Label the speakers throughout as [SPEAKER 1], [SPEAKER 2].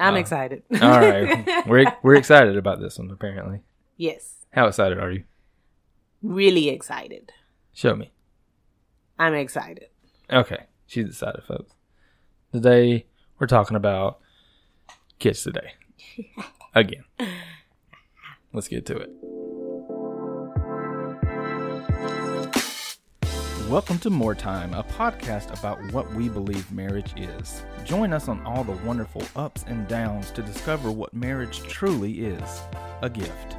[SPEAKER 1] I'm
[SPEAKER 2] Uh,
[SPEAKER 1] excited.
[SPEAKER 2] All right, we're we're excited about this one. Apparently,
[SPEAKER 1] yes,
[SPEAKER 2] how excited are you?
[SPEAKER 1] really excited.
[SPEAKER 2] Show me.
[SPEAKER 1] I'm excited.
[SPEAKER 2] Okay, she's excited, folks. Today we're talking about kids today. Again, let's get to it. Welcome to More Time, a podcast about what we believe marriage is. Join us on all the wonderful ups and downs to discover what marriage truly is a gift.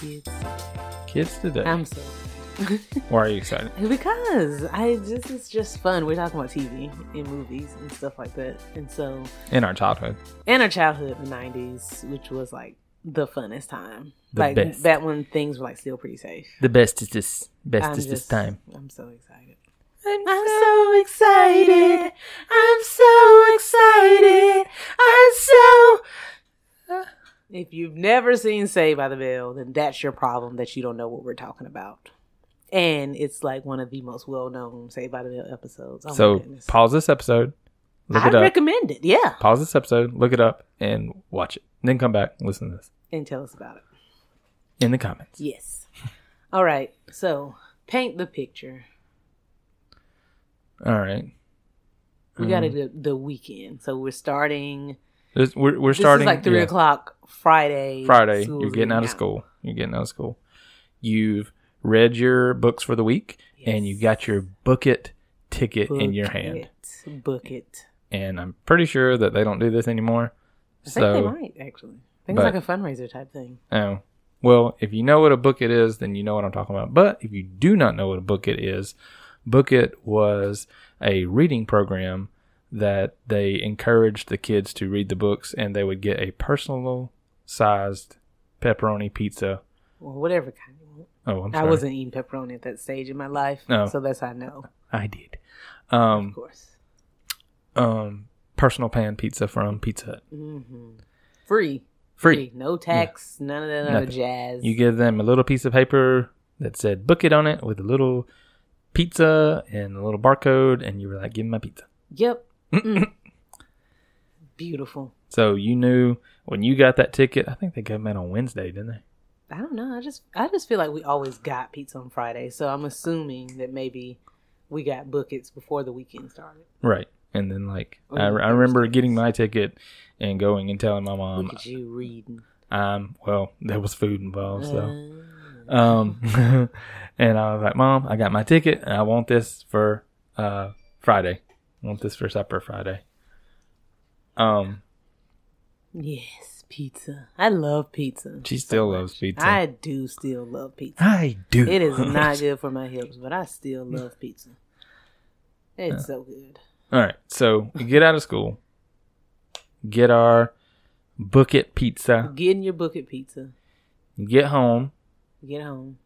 [SPEAKER 1] Kids,
[SPEAKER 2] Kids today.
[SPEAKER 1] I'm so excited.
[SPEAKER 2] Why are you excited?
[SPEAKER 1] because I just it's just fun. We're talking about TV and movies and stuff like that, and so
[SPEAKER 2] In our childhood.
[SPEAKER 1] in our childhood, the '90s, which was like the funnest time.
[SPEAKER 2] The
[SPEAKER 1] like
[SPEAKER 2] best.
[SPEAKER 1] that when things were like still pretty safe.
[SPEAKER 2] The best is this. Best
[SPEAKER 1] I'm
[SPEAKER 2] is this
[SPEAKER 1] just-
[SPEAKER 2] time.
[SPEAKER 1] I'm so excited. I'm so excited. I'm so excited. I'm so. If you've never seen Saved by the Bell, then that's your problem that you don't know what we're talking about. And it's like one of the most well known Saved by the Bell episodes. Oh my
[SPEAKER 2] so
[SPEAKER 1] goodness.
[SPEAKER 2] pause this episode. Look
[SPEAKER 1] I
[SPEAKER 2] it up.
[SPEAKER 1] recommend it. Yeah.
[SPEAKER 2] pause this episode. Look it up and watch it. Then come back. and Listen to this
[SPEAKER 1] And tell us about it.
[SPEAKER 2] in the comments.
[SPEAKER 1] Yes. All right. So paint the picture.
[SPEAKER 2] All right.
[SPEAKER 1] We got to
[SPEAKER 2] Mm-hmm.
[SPEAKER 1] do the weekend. So we're starting.
[SPEAKER 2] This- we're we're
[SPEAKER 1] This is
[SPEAKER 2] starting
[SPEAKER 1] like three
[SPEAKER 2] yeah,
[SPEAKER 1] o'clock Friday.
[SPEAKER 2] Friday.
[SPEAKER 1] School's
[SPEAKER 2] You're getting out of school. You're getting out of school. You've read your books for the week, and you
[SPEAKER 1] Yes.
[SPEAKER 2] got your book it ticket in your
[SPEAKER 1] Book
[SPEAKER 2] hand.
[SPEAKER 1] it. Book it.
[SPEAKER 2] And I'm pretty sure that they don't do this anymore.
[SPEAKER 1] I think they
[SPEAKER 2] so,
[SPEAKER 1] might actually. I think it's
[SPEAKER 2] but-
[SPEAKER 1] like a fundraiser type thing.
[SPEAKER 2] oh, well, if you know what a book it is, then you know what I'm talking about. But if you do not know what a book it is, Book It was a reading program that they encouraged the kids to read the books and they would get a personal sized pepperoni pizza.
[SPEAKER 1] Well, whatever kind. you want.
[SPEAKER 2] Oh, I'm
[SPEAKER 1] I
[SPEAKER 2] sorry.
[SPEAKER 1] wasn't eating pepperoni at that stage in my life,
[SPEAKER 2] No.
[SPEAKER 1] so that's how I know,
[SPEAKER 2] I did.
[SPEAKER 1] of
[SPEAKER 2] Um,
[SPEAKER 1] course.
[SPEAKER 2] um, personal pan pizza from Pizza Hut.
[SPEAKER 1] hmm Free.
[SPEAKER 2] Free.
[SPEAKER 1] No tax. None of that other
[SPEAKER 2] Nothing.
[SPEAKER 1] jazz.
[SPEAKER 2] You give them a little piece of paper that said book it on it with a little pizza and a little barcode, and you were like, give me my pizza.
[SPEAKER 1] yep. Mm. Beautiful.
[SPEAKER 2] So you knew when you got that ticket. I think they gave them out on Wednesday, didn't they?
[SPEAKER 1] I don't know. I just I just feel like we always got pizza on Friday, so I'm assuming that maybe we got buckets before the weekend started.
[SPEAKER 2] Right. And then like
[SPEAKER 1] Or
[SPEAKER 2] I,
[SPEAKER 1] the
[SPEAKER 2] I remember
[SPEAKER 1] Thursdays.
[SPEAKER 2] getting my ticket and going and telling my mom,
[SPEAKER 1] Look at you reading.
[SPEAKER 2] um, well, there was food involved, so
[SPEAKER 1] Uh,
[SPEAKER 2] um, and I was like, Mom, I got my ticket and I want this for uh Friday. I want this for supper Friday. Um,
[SPEAKER 1] yes, pizza. I love pizza.
[SPEAKER 2] she still loves pizza.
[SPEAKER 1] I do still love pizza.
[SPEAKER 2] I do.
[SPEAKER 1] It is not good for my hips, but I still love pizza. It's so good.
[SPEAKER 2] All right, so we get out of school, get our book it pizza,
[SPEAKER 1] Getting your bucket pizza.
[SPEAKER 2] get home.
[SPEAKER 1] Get home.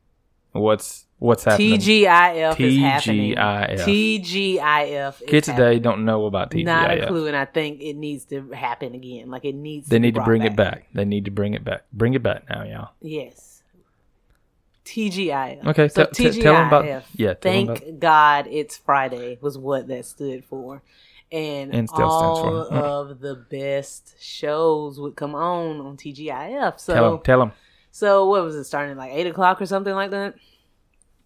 [SPEAKER 2] What's what's happening?
[SPEAKER 1] TGIF is happening.
[SPEAKER 2] TGIF.
[SPEAKER 1] TGIF. is
[SPEAKER 2] Kids today
[SPEAKER 1] happening.
[SPEAKER 2] don't know about TGIF.
[SPEAKER 1] Not a clue, and I think it needs to happen again. Like it needs.
[SPEAKER 2] They
[SPEAKER 1] be
[SPEAKER 2] need to
[SPEAKER 1] brought
[SPEAKER 2] bring it back. They need to bring it back. Bring it back now, y'all.
[SPEAKER 1] Yes. TGIF.
[SPEAKER 2] Okay,
[SPEAKER 1] so
[SPEAKER 2] t- t- tell 'em about-
[SPEAKER 1] TGIF,
[SPEAKER 2] yeah, tell 'em
[SPEAKER 1] thank God it's Friday was what that stood for, and,
[SPEAKER 2] And still
[SPEAKER 1] all
[SPEAKER 2] stands for. Mm.
[SPEAKER 1] of the best shows would come on on TGIF. So
[SPEAKER 2] Tell 'em, tell them,
[SPEAKER 1] so what was it starting at like eight o'clock or something like that?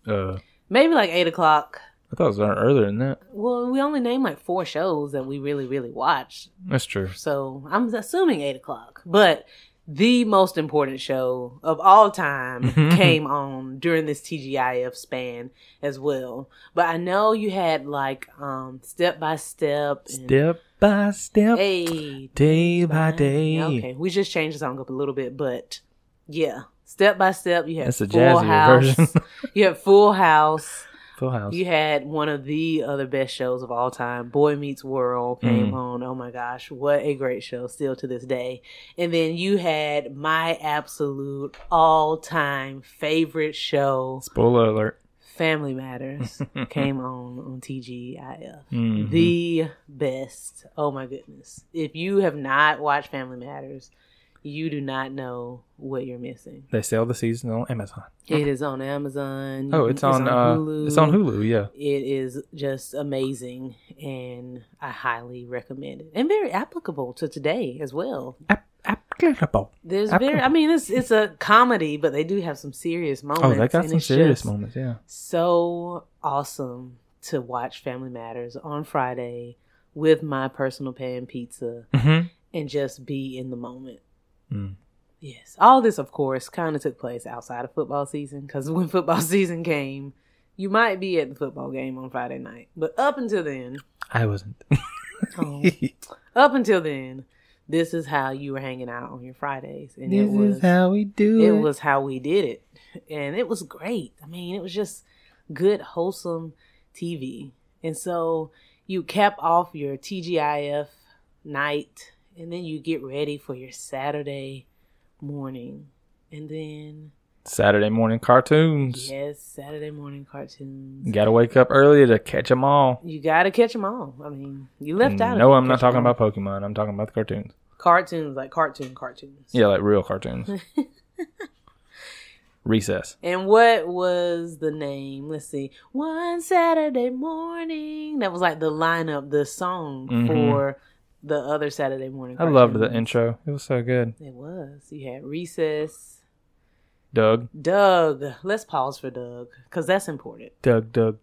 [SPEAKER 2] Uh,
[SPEAKER 1] Maybe like eight o'clock.
[SPEAKER 2] I thought it was earlier than that.
[SPEAKER 1] Well, we only named like four shows that we really really watched.
[SPEAKER 2] That's true.
[SPEAKER 1] So I'm assuming eight o'clock. But the most important show of all time
[SPEAKER 2] Mhm.
[SPEAKER 1] came on during this TGIF span as well. But I know you had like um step by step. and-
[SPEAKER 2] Step by step,
[SPEAKER 1] Hey.
[SPEAKER 2] day by day.
[SPEAKER 1] Okay, we just changed the song up a little bit, but yeah. Step by step, you had
[SPEAKER 2] That's a
[SPEAKER 1] Full
[SPEAKER 2] jazzier
[SPEAKER 1] House.
[SPEAKER 2] version.
[SPEAKER 1] you had Full House.
[SPEAKER 2] Full House.
[SPEAKER 1] You had one of the other best shows of all time, Boy Meets World, came
[SPEAKER 2] Mm.
[SPEAKER 1] on. Oh my gosh, what a great show, still to this day. And then you had my absolute all time favorite show,
[SPEAKER 2] Spoiler alert.
[SPEAKER 1] Family Matters, came on on TGIF.
[SPEAKER 2] Mhm.
[SPEAKER 1] The best. Oh my goodness. If you have not watched Family Matters, you do not know what you're missing.
[SPEAKER 2] They sell the season on Amazon.
[SPEAKER 1] It is on Amazon. You
[SPEAKER 2] Oh,
[SPEAKER 1] can-
[SPEAKER 2] it's, on, uh, it's on Hulu. Yeah,
[SPEAKER 1] It is just amazing, and I highly recommend it, and very applicable to today as well.
[SPEAKER 2] App- applicable.
[SPEAKER 1] There's very, I mean, it's it's a comedy, but they do have some serious moments.
[SPEAKER 2] Oh, they got
[SPEAKER 1] and
[SPEAKER 2] some
[SPEAKER 1] it's
[SPEAKER 2] serious
[SPEAKER 1] just
[SPEAKER 2] moments. Yeah,
[SPEAKER 1] So awesome to watch Family Matters on Friday with my personal pan pizza
[SPEAKER 2] mm-hmm.
[SPEAKER 1] and just be in the moment.
[SPEAKER 2] Mm.
[SPEAKER 1] Yes. All this, of course, kind of took place outside of football season because when football season came, you might be at the football game on Friday night. But up until then,
[SPEAKER 2] I wasn't.
[SPEAKER 1] um, up until then, this is how you were hanging out on your Fridays. And it
[SPEAKER 2] this
[SPEAKER 1] was,
[SPEAKER 2] is how we do it.
[SPEAKER 1] it was how we did it. And it was great. I mean, it was just good, wholesome TV. And so you cap off your TGIF night, and then you get ready for your Saturday morning. And then
[SPEAKER 2] Saturday morning cartoons.
[SPEAKER 1] Yes, Saturday morning cartoons.
[SPEAKER 2] You gotta wake up early to catch them all.
[SPEAKER 1] You gotta catch them all. I mean, you left out. if
[SPEAKER 2] Mm, no,
[SPEAKER 1] you
[SPEAKER 2] I'm not
[SPEAKER 1] catch
[SPEAKER 2] talking
[SPEAKER 1] 'em all.
[SPEAKER 2] about Pokemon. I'm talking about the cartoons.
[SPEAKER 1] cartoons, like cartoon cartoons.
[SPEAKER 2] Yeah, like real cartoons. Recess.
[SPEAKER 1] And what was the name? Let's see. One Saturday morning. That was like the lineup, the song
[SPEAKER 2] Mhm.
[SPEAKER 1] for the other Saturday morning.
[SPEAKER 2] I loved the
[SPEAKER 1] cartoons.
[SPEAKER 2] intro. It was so good.
[SPEAKER 1] It was. You had recess.
[SPEAKER 2] Doug,
[SPEAKER 1] Doug. Let's pause for Doug because that's important.
[SPEAKER 2] Doug, Doug,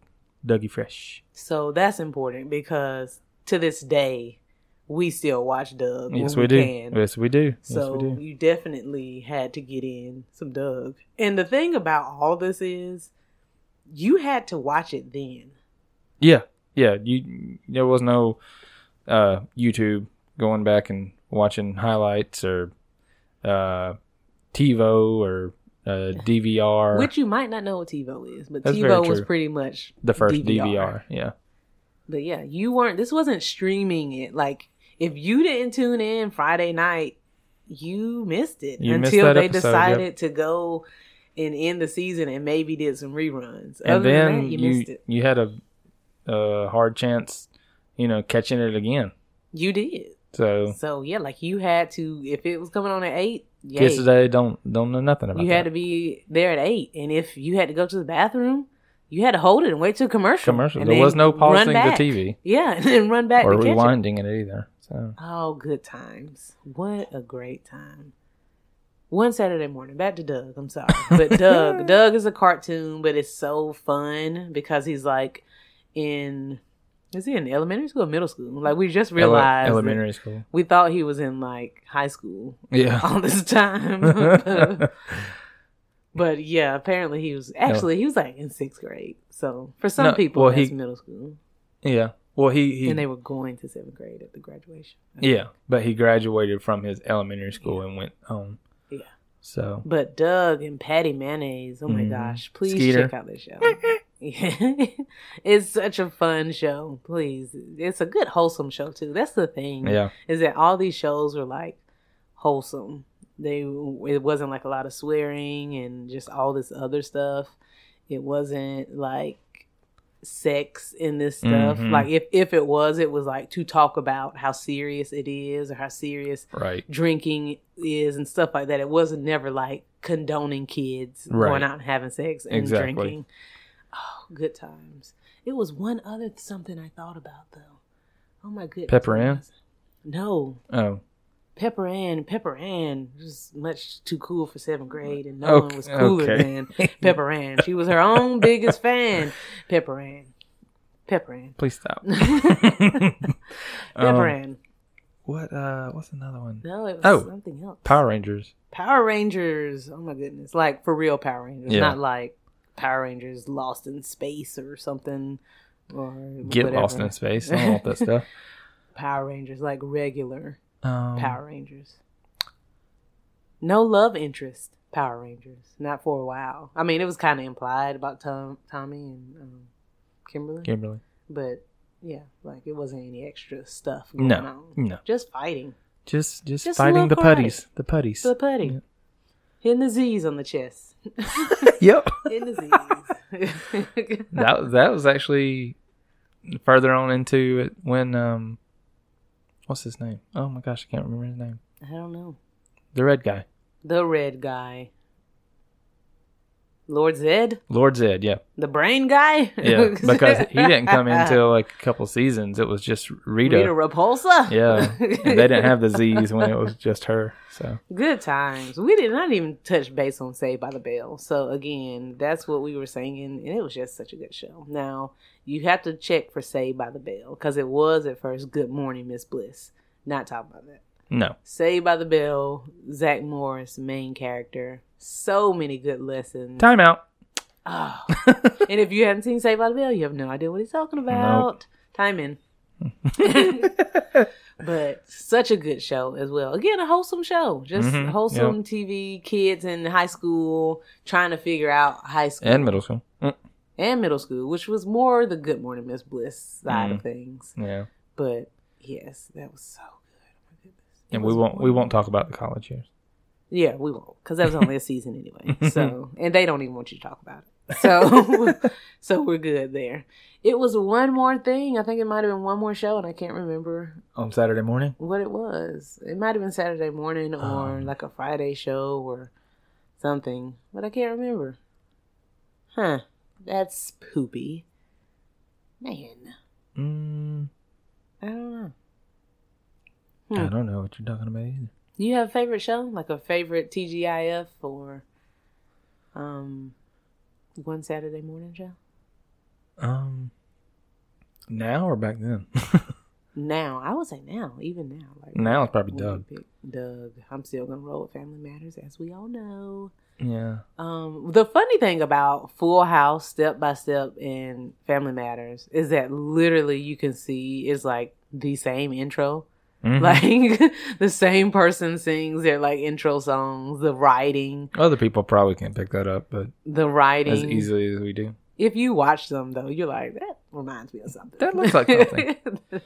[SPEAKER 2] Dougie Fresh.
[SPEAKER 1] So that's important because to this day, we still watch Doug.
[SPEAKER 2] Yes,
[SPEAKER 1] when
[SPEAKER 2] we do.
[SPEAKER 1] Can.
[SPEAKER 2] Yes, we do. yes,
[SPEAKER 1] So
[SPEAKER 2] we do.
[SPEAKER 1] you definitely had to get in some Doug. And the thing about all this is, you had to watch it then.
[SPEAKER 2] Yeah, yeah. You there was no uh, YouTube going back and watching highlights or uh, TiVo or uh, DVR.
[SPEAKER 1] Which you might not know what TiVo is, but
[SPEAKER 2] That's very
[SPEAKER 1] TiVo was
[SPEAKER 2] true.
[SPEAKER 1] pretty much
[SPEAKER 2] the first DVR. Yeah,
[SPEAKER 1] But yeah, you weren't. This wasn't streaming it. Like if you didn't tune in Friday night, you missed it
[SPEAKER 2] You missed
[SPEAKER 1] until
[SPEAKER 2] that
[SPEAKER 1] they
[SPEAKER 2] episode,
[SPEAKER 1] decided to go and end the season and maybe did some reruns.
[SPEAKER 2] and
[SPEAKER 1] Other
[SPEAKER 2] then
[SPEAKER 1] than that, you,
[SPEAKER 2] you
[SPEAKER 1] missed it.
[SPEAKER 2] you had a, a hard chance, you know, catching it again.
[SPEAKER 1] You did.
[SPEAKER 2] So
[SPEAKER 1] So yeah, like you had to. If it was coming on at eight, yay.
[SPEAKER 2] kids today don't don't know nothing about
[SPEAKER 1] you had
[SPEAKER 2] that.
[SPEAKER 1] to be there at eight, and if you had to go to the bathroom, you had to hold it and wait till commercial.
[SPEAKER 2] commercial.
[SPEAKER 1] and
[SPEAKER 2] There
[SPEAKER 1] then
[SPEAKER 2] was no
[SPEAKER 1] run
[SPEAKER 2] pausing the
[SPEAKER 1] back.
[SPEAKER 2] TV
[SPEAKER 1] Yeah, and then run back
[SPEAKER 2] or
[SPEAKER 1] to catch it.
[SPEAKER 2] rewinding it. either. So
[SPEAKER 1] Oh, good times. What a great time. One Saturday morning, back to Doug. I'm sorry. But Doug, Doug is a cartoon, but it's so fun because he's like in, is he in elementary school or middle school? Like, we just
[SPEAKER 2] ele-
[SPEAKER 1] realized. that
[SPEAKER 2] elementary school.
[SPEAKER 1] We thought he was in like high school
[SPEAKER 2] Yeah.
[SPEAKER 1] all this time. but yeah, apparently he was, actually, he was like in sixth grade. So for some
[SPEAKER 2] No,
[SPEAKER 1] people,
[SPEAKER 2] well,
[SPEAKER 1] that's
[SPEAKER 2] he-
[SPEAKER 1] middle school.
[SPEAKER 2] yeah. Well, he, he
[SPEAKER 1] And they were going to seventh grade at the graduation.
[SPEAKER 2] Yeah, but he graduated from his elementary school and went home.
[SPEAKER 1] Yeah.
[SPEAKER 2] So
[SPEAKER 1] But Doug and Patty Mayonnaise, oh my
[SPEAKER 2] Mhm.
[SPEAKER 1] gosh, please
[SPEAKER 2] Skeeter.
[SPEAKER 1] check out this show. Yeah. it's such a fun show. Please, it's a good wholesome show too. That's the thing
[SPEAKER 2] yeah,
[SPEAKER 1] is that all these shows were like wholesome. They it wasn't like a lot of swearing and just all this other stuff. It wasn't like sex in this stuff.
[SPEAKER 2] Mhm.
[SPEAKER 1] Like if if it was, it was like to talk about how serious it is or how serious
[SPEAKER 2] right.
[SPEAKER 1] drinking is and stuff like that. It wasn't never like condoning kids
[SPEAKER 2] Right.
[SPEAKER 1] going out and having sex and
[SPEAKER 2] Exactly.
[SPEAKER 1] drinking. Oh, good times. It was one other something I thought about though. Oh my goodness.
[SPEAKER 2] Pepper Ann?
[SPEAKER 1] No.
[SPEAKER 2] Oh,
[SPEAKER 1] Pepper Ann, Pepper Ann was much too cool for seventh grade, and no one
[SPEAKER 2] Okay-
[SPEAKER 1] was cooler
[SPEAKER 2] okay.
[SPEAKER 1] than Pepper Ann. She was her own biggest fan. Pepper Ann, Pepper Ann,
[SPEAKER 2] please stop.
[SPEAKER 1] Pepper
[SPEAKER 2] Um,
[SPEAKER 1] Ann.
[SPEAKER 2] what? Uh, what's another one?
[SPEAKER 1] No, it was
[SPEAKER 2] oh,
[SPEAKER 1] something else.
[SPEAKER 2] Power Rangers.
[SPEAKER 1] Power Rangers. Oh my goodness. Like for real Power Rangers,
[SPEAKER 2] Yeah.
[SPEAKER 1] not like Power Rangers lost in space or something or
[SPEAKER 2] Get
[SPEAKER 1] whatever.
[SPEAKER 2] lost in space. I don't want that stuff.
[SPEAKER 1] Power Rangers like regular
[SPEAKER 2] Um,
[SPEAKER 1] Power Rangers. No love interest Power Rangers. Not for a while. I mean, it was kind of implied about Tom, Tommy and um, Kimberly,
[SPEAKER 2] Kimberly.
[SPEAKER 1] but yeah, like it wasn't any extra stuff going
[SPEAKER 2] No,
[SPEAKER 1] on.
[SPEAKER 2] no.
[SPEAKER 1] Just fighting.
[SPEAKER 2] Just, just,
[SPEAKER 1] Just a
[SPEAKER 2] fighting the
[SPEAKER 1] little karate.
[SPEAKER 2] putties. The putties.
[SPEAKER 1] The putty.
[SPEAKER 2] Yeah.
[SPEAKER 1] Hitting the Z's on the chest.
[SPEAKER 2] yep.
[SPEAKER 1] Hitting the Z's.
[SPEAKER 2] That that was actually further on into it when um, what's his name? Oh my gosh, I can't remember his name.
[SPEAKER 1] I don't know.
[SPEAKER 2] The red guy.
[SPEAKER 1] The red guy. Lord Zed?
[SPEAKER 2] Lord Zed, yeah.
[SPEAKER 1] The brain guy?
[SPEAKER 2] Yeah. because he didn't come in till like a couple seasons. It was just Rita.
[SPEAKER 1] Rita Repulsa?
[SPEAKER 2] Yeah. And they didn't have the Z's when it was just her. So
[SPEAKER 1] Good times. We did not even touch base on Saved by the Bell. So again, that's what we were singing, and it was just such a good show. Now you have to check for Saved by the Bell because it was at first Good Morning Miss Bliss. Not talking about that.
[SPEAKER 2] no.
[SPEAKER 1] Saved by the Bell. Zach Morris, main character. So many good lessons.
[SPEAKER 2] Time out.
[SPEAKER 1] Oh. and if you haven't seen Saved by the Bell, you have no idea what he's talking about. Time in. but such a good show as well. Again, a wholesome show. Just
[SPEAKER 2] Mhm,
[SPEAKER 1] wholesome TV, kids in high school trying to figure out high school
[SPEAKER 2] and middle school. Mm,
[SPEAKER 1] and middle school, which was more the Good Morning Miss Bliss side
[SPEAKER 2] Mm.
[SPEAKER 1] of things.
[SPEAKER 2] Yeah.
[SPEAKER 1] But yes, that was so good. Oh my goodness. It
[SPEAKER 2] And we
[SPEAKER 1] was
[SPEAKER 2] won't we
[SPEAKER 1] wonderful.
[SPEAKER 2] won't talk about the college years.
[SPEAKER 1] Yeah, we won't, because that was only a season anyway. So, and they don't even want you to talk about it. So, so we're good there. It was one more thing. I think it might have been one more show, and I can't remember
[SPEAKER 2] On Saturday morning?
[SPEAKER 1] what it was. It might have been Saturday morning or
[SPEAKER 2] Um.
[SPEAKER 1] like a Friday show or something, but I can't remember. Huh? That's poopy. Man,
[SPEAKER 2] Mm,
[SPEAKER 1] I don't know.
[SPEAKER 2] I
[SPEAKER 1] Hmm.
[SPEAKER 2] don't know what you're talking about either.
[SPEAKER 1] Do you have a favorite show? Like a favorite TGIF or um one Saturday morning show?
[SPEAKER 2] Um now or back then?
[SPEAKER 1] Now. I would say now, even now. Like
[SPEAKER 2] now it's probably
[SPEAKER 1] when you
[SPEAKER 2] Doug.
[SPEAKER 1] pick Doug. I'm still gonna roll with Family Matters as we all know.
[SPEAKER 2] Yeah.
[SPEAKER 1] Um the funny thing about Full House Step by Step and Family Matters is that literally you can see it's like the same intro. Mm-hmm.
[SPEAKER 2] Mhm.
[SPEAKER 1] Like the same person sings their like intro songs, the writing,
[SPEAKER 2] Other people probably can't pick that up, but
[SPEAKER 1] the writing
[SPEAKER 2] as easily as we do.
[SPEAKER 1] if you watch them though, you're like, that reminds me of something.
[SPEAKER 2] That looks like something.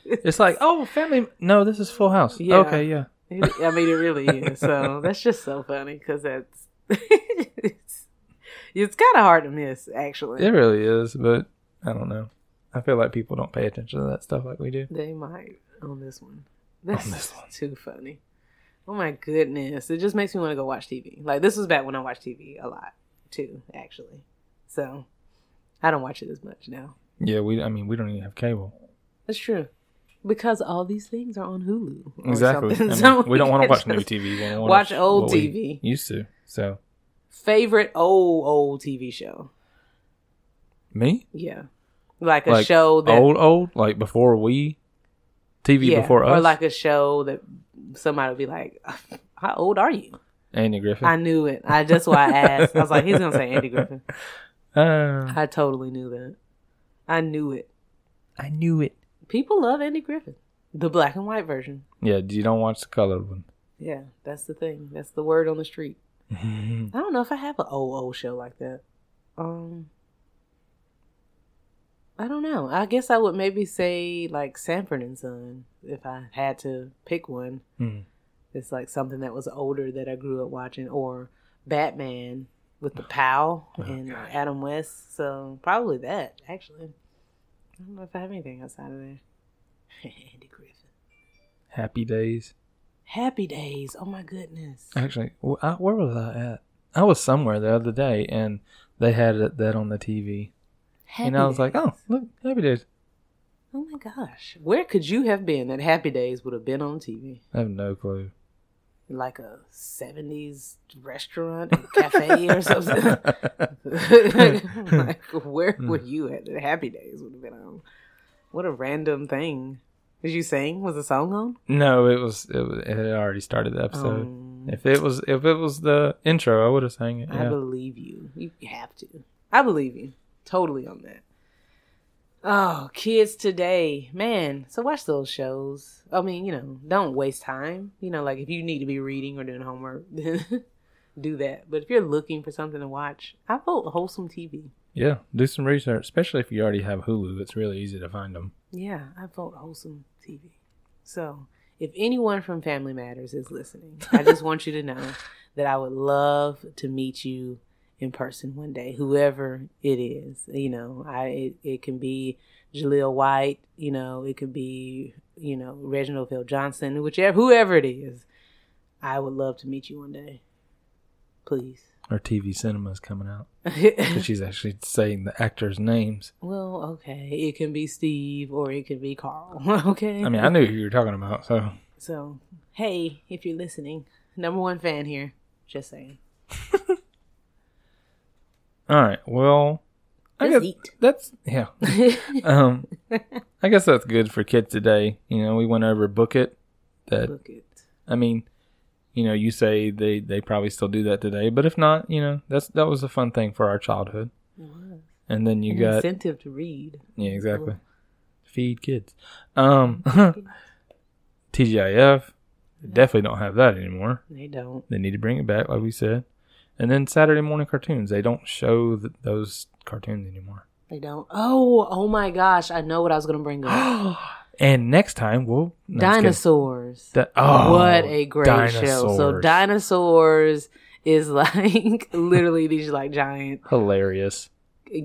[SPEAKER 2] It's like, oh, family. No, this is Full House.
[SPEAKER 1] Yeah.
[SPEAKER 2] Okay, yeah.
[SPEAKER 1] It- I mean, it really is. So that's just so funny because that's it's, it's kind of hard to miss, actually.
[SPEAKER 2] It really is, but I don't know. I feel like people don't pay attention to that stuff like we do.
[SPEAKER 1] They might on this one. That's
[SPEAKER 2] this
[SPEAKER 1] just
[SPEAKER 2] one.
[SPEAKER 1] too funny. Oh my goodness! It just makes me want to go watch TV. Like this was back when I watched TV a lot too, actually. So I don't watch it as much now.
[SPEAKER 2] Yeah, we. I mean, we don't even have cable.
[SPEAKER 1] That's true. Because all these things are on Hulu. or
[SPEAKER 2] Exactly. I
[SPEAKER 1] something.
[SPEAKER 2] mean,
[SPEAKER 1] So
[SPEAKER 2] we don't want to
[SPEAKER 1] can't
[SPEAKER 2] watch new
[SPEAKER 1] just-
[SPEAKER 2] TV. We wanna
[SPEAKER 1] watch old
[SPEAKER 2] what we
[SPEAKER 1] TV.
[SPEAKER 2] Used to. So
[SPEAKER 1] favorite old old TV show.
[SPEAKER 2] me,
[SPEAKER 1] Yeah, like a
[SPEAKER 2] like
[SPEAKER 1] show that
[SPEAKER 2] old, old, like before we TV
[SPEAKER 1] yeah,
[SPEAKER 2] before us.
[SPEAKER 1] or like a show that somebody would be like, "How old are you?"
[SPEAKER 2] Andy Griffith.
[SPEAKER 1] I knew it. I just why I asked. I was like, "He's gonna say Andy Griffin."
[SPEAKER 2] Uh,
[SPEAKER 1] I totally knew that. I knew it.
[SPEAKER 2] I knew it.
[SPEAKER 1] People love Andy Griffin, the black and white version.
[SPEAKER 2] Yeah, you don't watch the colored one.
[SPEAKER 1] Yeah, that's the thing. That's the word on the street. I don't know if I have an old old show like that. Um, I don't know. I guess I would maybe say like Sanford and Son if I had to pick one.
[SPEAKER 2] Mm.
[SPEAKER 1] It's like something that was older that I grew up watching, or Batman with the Pow
[SPEAKER 2] Oh,
[SPEAKER 1] and Adam West. So probably that actually. I don't know if I have anything outside of there. Andy Griffin.
[SPEAKER 2] Happy Days.
[SPEAKER 1] Happy Days. Oh my goodness.
[SPEAKER 2] Actually, wh- I, where was I at? I was somewhere the other day, and they had it, that on the TV,
[SPEAKER 1] Happy
[SPEAKER 2] and I was like,
[SPEAKER 1] Days.
[SPEAKER 2] "Oh, look, Happy Days."
[SPEAKER 1] Oh my gosh. Where could you have been that Happy Days would have been on TV?
[SPEAKER 2] I have no clue.
[SPEAKER 1] Like a 70s restaurant or cafe or something? like, where were you at that Happy Days would have been on? What a random thing. Did you sing? Was the song on?
[SPEAKER 2] no, it was it, was- it had already started the episode.
[SPEAKER 1] Um,
[SPEAKER 2] If it was if it was the intro, I would have sang it.
[SPEAKER 1] I
[SPEAKER 2] Yeah.
[SPEAKER 1] believe you. You have to. I believe you. Totally on that. Oh, kids today. Man, so watch those shows. I mean, you know, don't waste time. You know, like if you need to be reading or doing homework, then do that. But if you're looking for something to watch, I vote wholesome TV.
[SPEAKER 2] yeah, do some research, especially if you already have Hulu. It's really easy to find them.
[SPEAKER 1] Yeah, I vote wholesome TV. So, if anyone from Family Matters is listening, I just want you to know that I would love to meet you in person one day, whoever it is. You know, I it, it can be Jaleel White. You know, it could be you know Reginald Phil Johnson, whichever whoever it is. I would love to meet you one day. Please.
[SPEAKER 2] Her TV cinema is coming out. 'Cause she's actually saying the actors' names.
[SPEAKER 1] well, okay. It can be Steve or it can be Carl. okay.
[SPEAKER 2] I mean, I knew who you were talking about, so
[SPEAKER 1] So, hey, if you're listening, number one fan here. Just saying.
[SPEAKER 2] All right. Well, I
[SPEAKER 1] Just
[SPEAKER 2] guess
[SPEAKER 1] eat.
[SPEAKER 2] that's yeah. um, I guess that's good for kids today. You know, we went over book it. That
[SPEAKER 1] Book it.
[SPEAKER 2] I mean, you know, you say they they probably still do that today, but if not, you know, that's that was a fun thing for our childhood. And then you
[SPEAKER 1] An
[SPEAKER 2] got
[SPEAKER 1] incentive to read.
[SPEAKER 2] yeah, exactly. Feed kids. Um, TGIF definitely don't have that anymore.
[SPEAKER 1] They don't.
[SPEAKER 2] They need to bring it back, like we said. And then Saturday morning cartoons. They don't show th- those cartoons anymore.
[SPEAKER 1] They don't. Oh, oh my gosh! I know what I was gonna bring up.
[SPEAKER 2] and next time we'll no, I'm just
[SPEAKER 1] dinosaurs.
[SPEAKER 2] kidding. Di- oh,
[SPEAKER 1] what a great show! So
[SPEAKER 2] dinosaurs.
[SPEAKER 1] dinosaurs is like literally these like giant,
[SPEAKER 2] hilarious.
[SPEAKER 1] I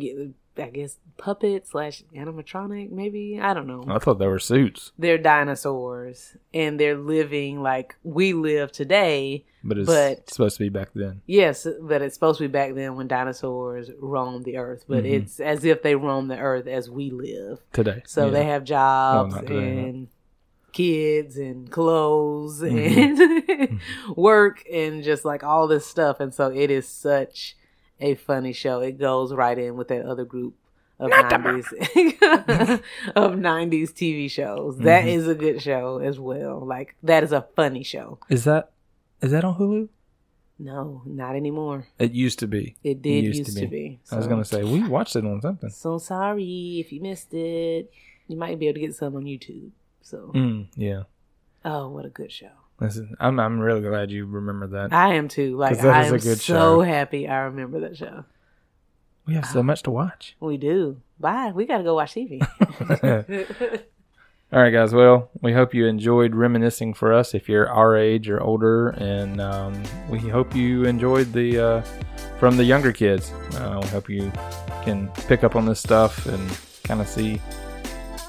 [SPEAKER 1] guess puppet slash animatronic. Maybe I don't know.
[SPEAKER 2] I thought they were suits,
[SPEAKER 1] They're dinosaurs, and they're living like we live today.
[SPEAKER 2] but it's
[SPEAKER 1] But-
[SPEAKER 2] supposed to be back then.
[SPEAKER 1] Yes, but it's supposed to be back then when dinosaurs roamed the earth. But
[SPEAKER 2] Mhm.
[SPEAKER 1] it's as if they roam the earth as we live.
[SPEAKER 2] Today,
[SPEAKER 1] So
[SPEAKER 2] Yeah.
[SPEAKER 1] they have jobs
[SPEAKER 2] not today, no.
[SPEAKER 1] and kids and clothes and
[SPEAKER 2] Mhm.
[SPEAKER 1] work and just like all this stuff. And so it is such a funny show. It goes right in with that other group of
[SPEAKER 2] Not the
[SPEAKER 1] 90s of 90s TV shows. That
[SPEAKER 2] Mhm.
[SPEAKER 1] is a good show as well. Like that is a funny show.
[SPEAKER 2] is that is that on Hulu?
[SPEAKER 1] No, not anymore.
[SPEAKER 2] It used to be.
[SPEAKER 1] It did
[SPEAKER 2] used
[SPEAKER 1] used,
[SPEAKER 2] to
[SPEAKER 1] to be.
[SPEAKER 2] be. I was gonna say we watched it on something.
[SPEAKER 1] So sorry if you missed it. You might be able to get some on YouTube. So,
[SPEAKER 2] Mm, yeah,
[SPEAKER 1] oh, what a good show.
[SPEAKER 2] That's- I'm I'm really glad you remember that.
[SPEAKER 1] I am too. Like
[SPEAKER 2] 'Cause that
[SPEAKER 1] I
[SPEAKER 2] is a
[SPEAKER 1] am
[SPEAKER 2] good
[SPEAKER 1] so
[SPEAKER 2] show.
[SPEAKER 1] happy I remember that show.
[SPEAKER 2] we have so much to watch.
[SPEAKER 1] We do. Bye. We gotta go watch TV.
[SPEAKER 2] All right, guys. Well, we hope you enjoyed reminiscing for us if you're our age or older, and um, we hope you enjoyed the uh, from the younger kids. Uh, we hope you can pick up on this stuff and kind of see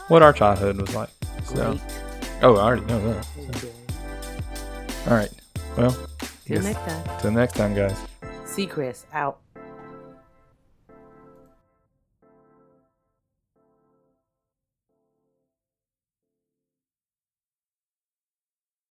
[SPEAKER 2] what our childhood was like. So,
[SPEAKER 1] Great.
[SPEAKER 2] oh, I already know that.
[SPEAKER 1] Okay.
[SPEAKER 2] All right. Well,
[SPEAKER 1] Till next time.
[SPEAKER 2] till next time, guys.
[SPEAKER 1] Seacrest out.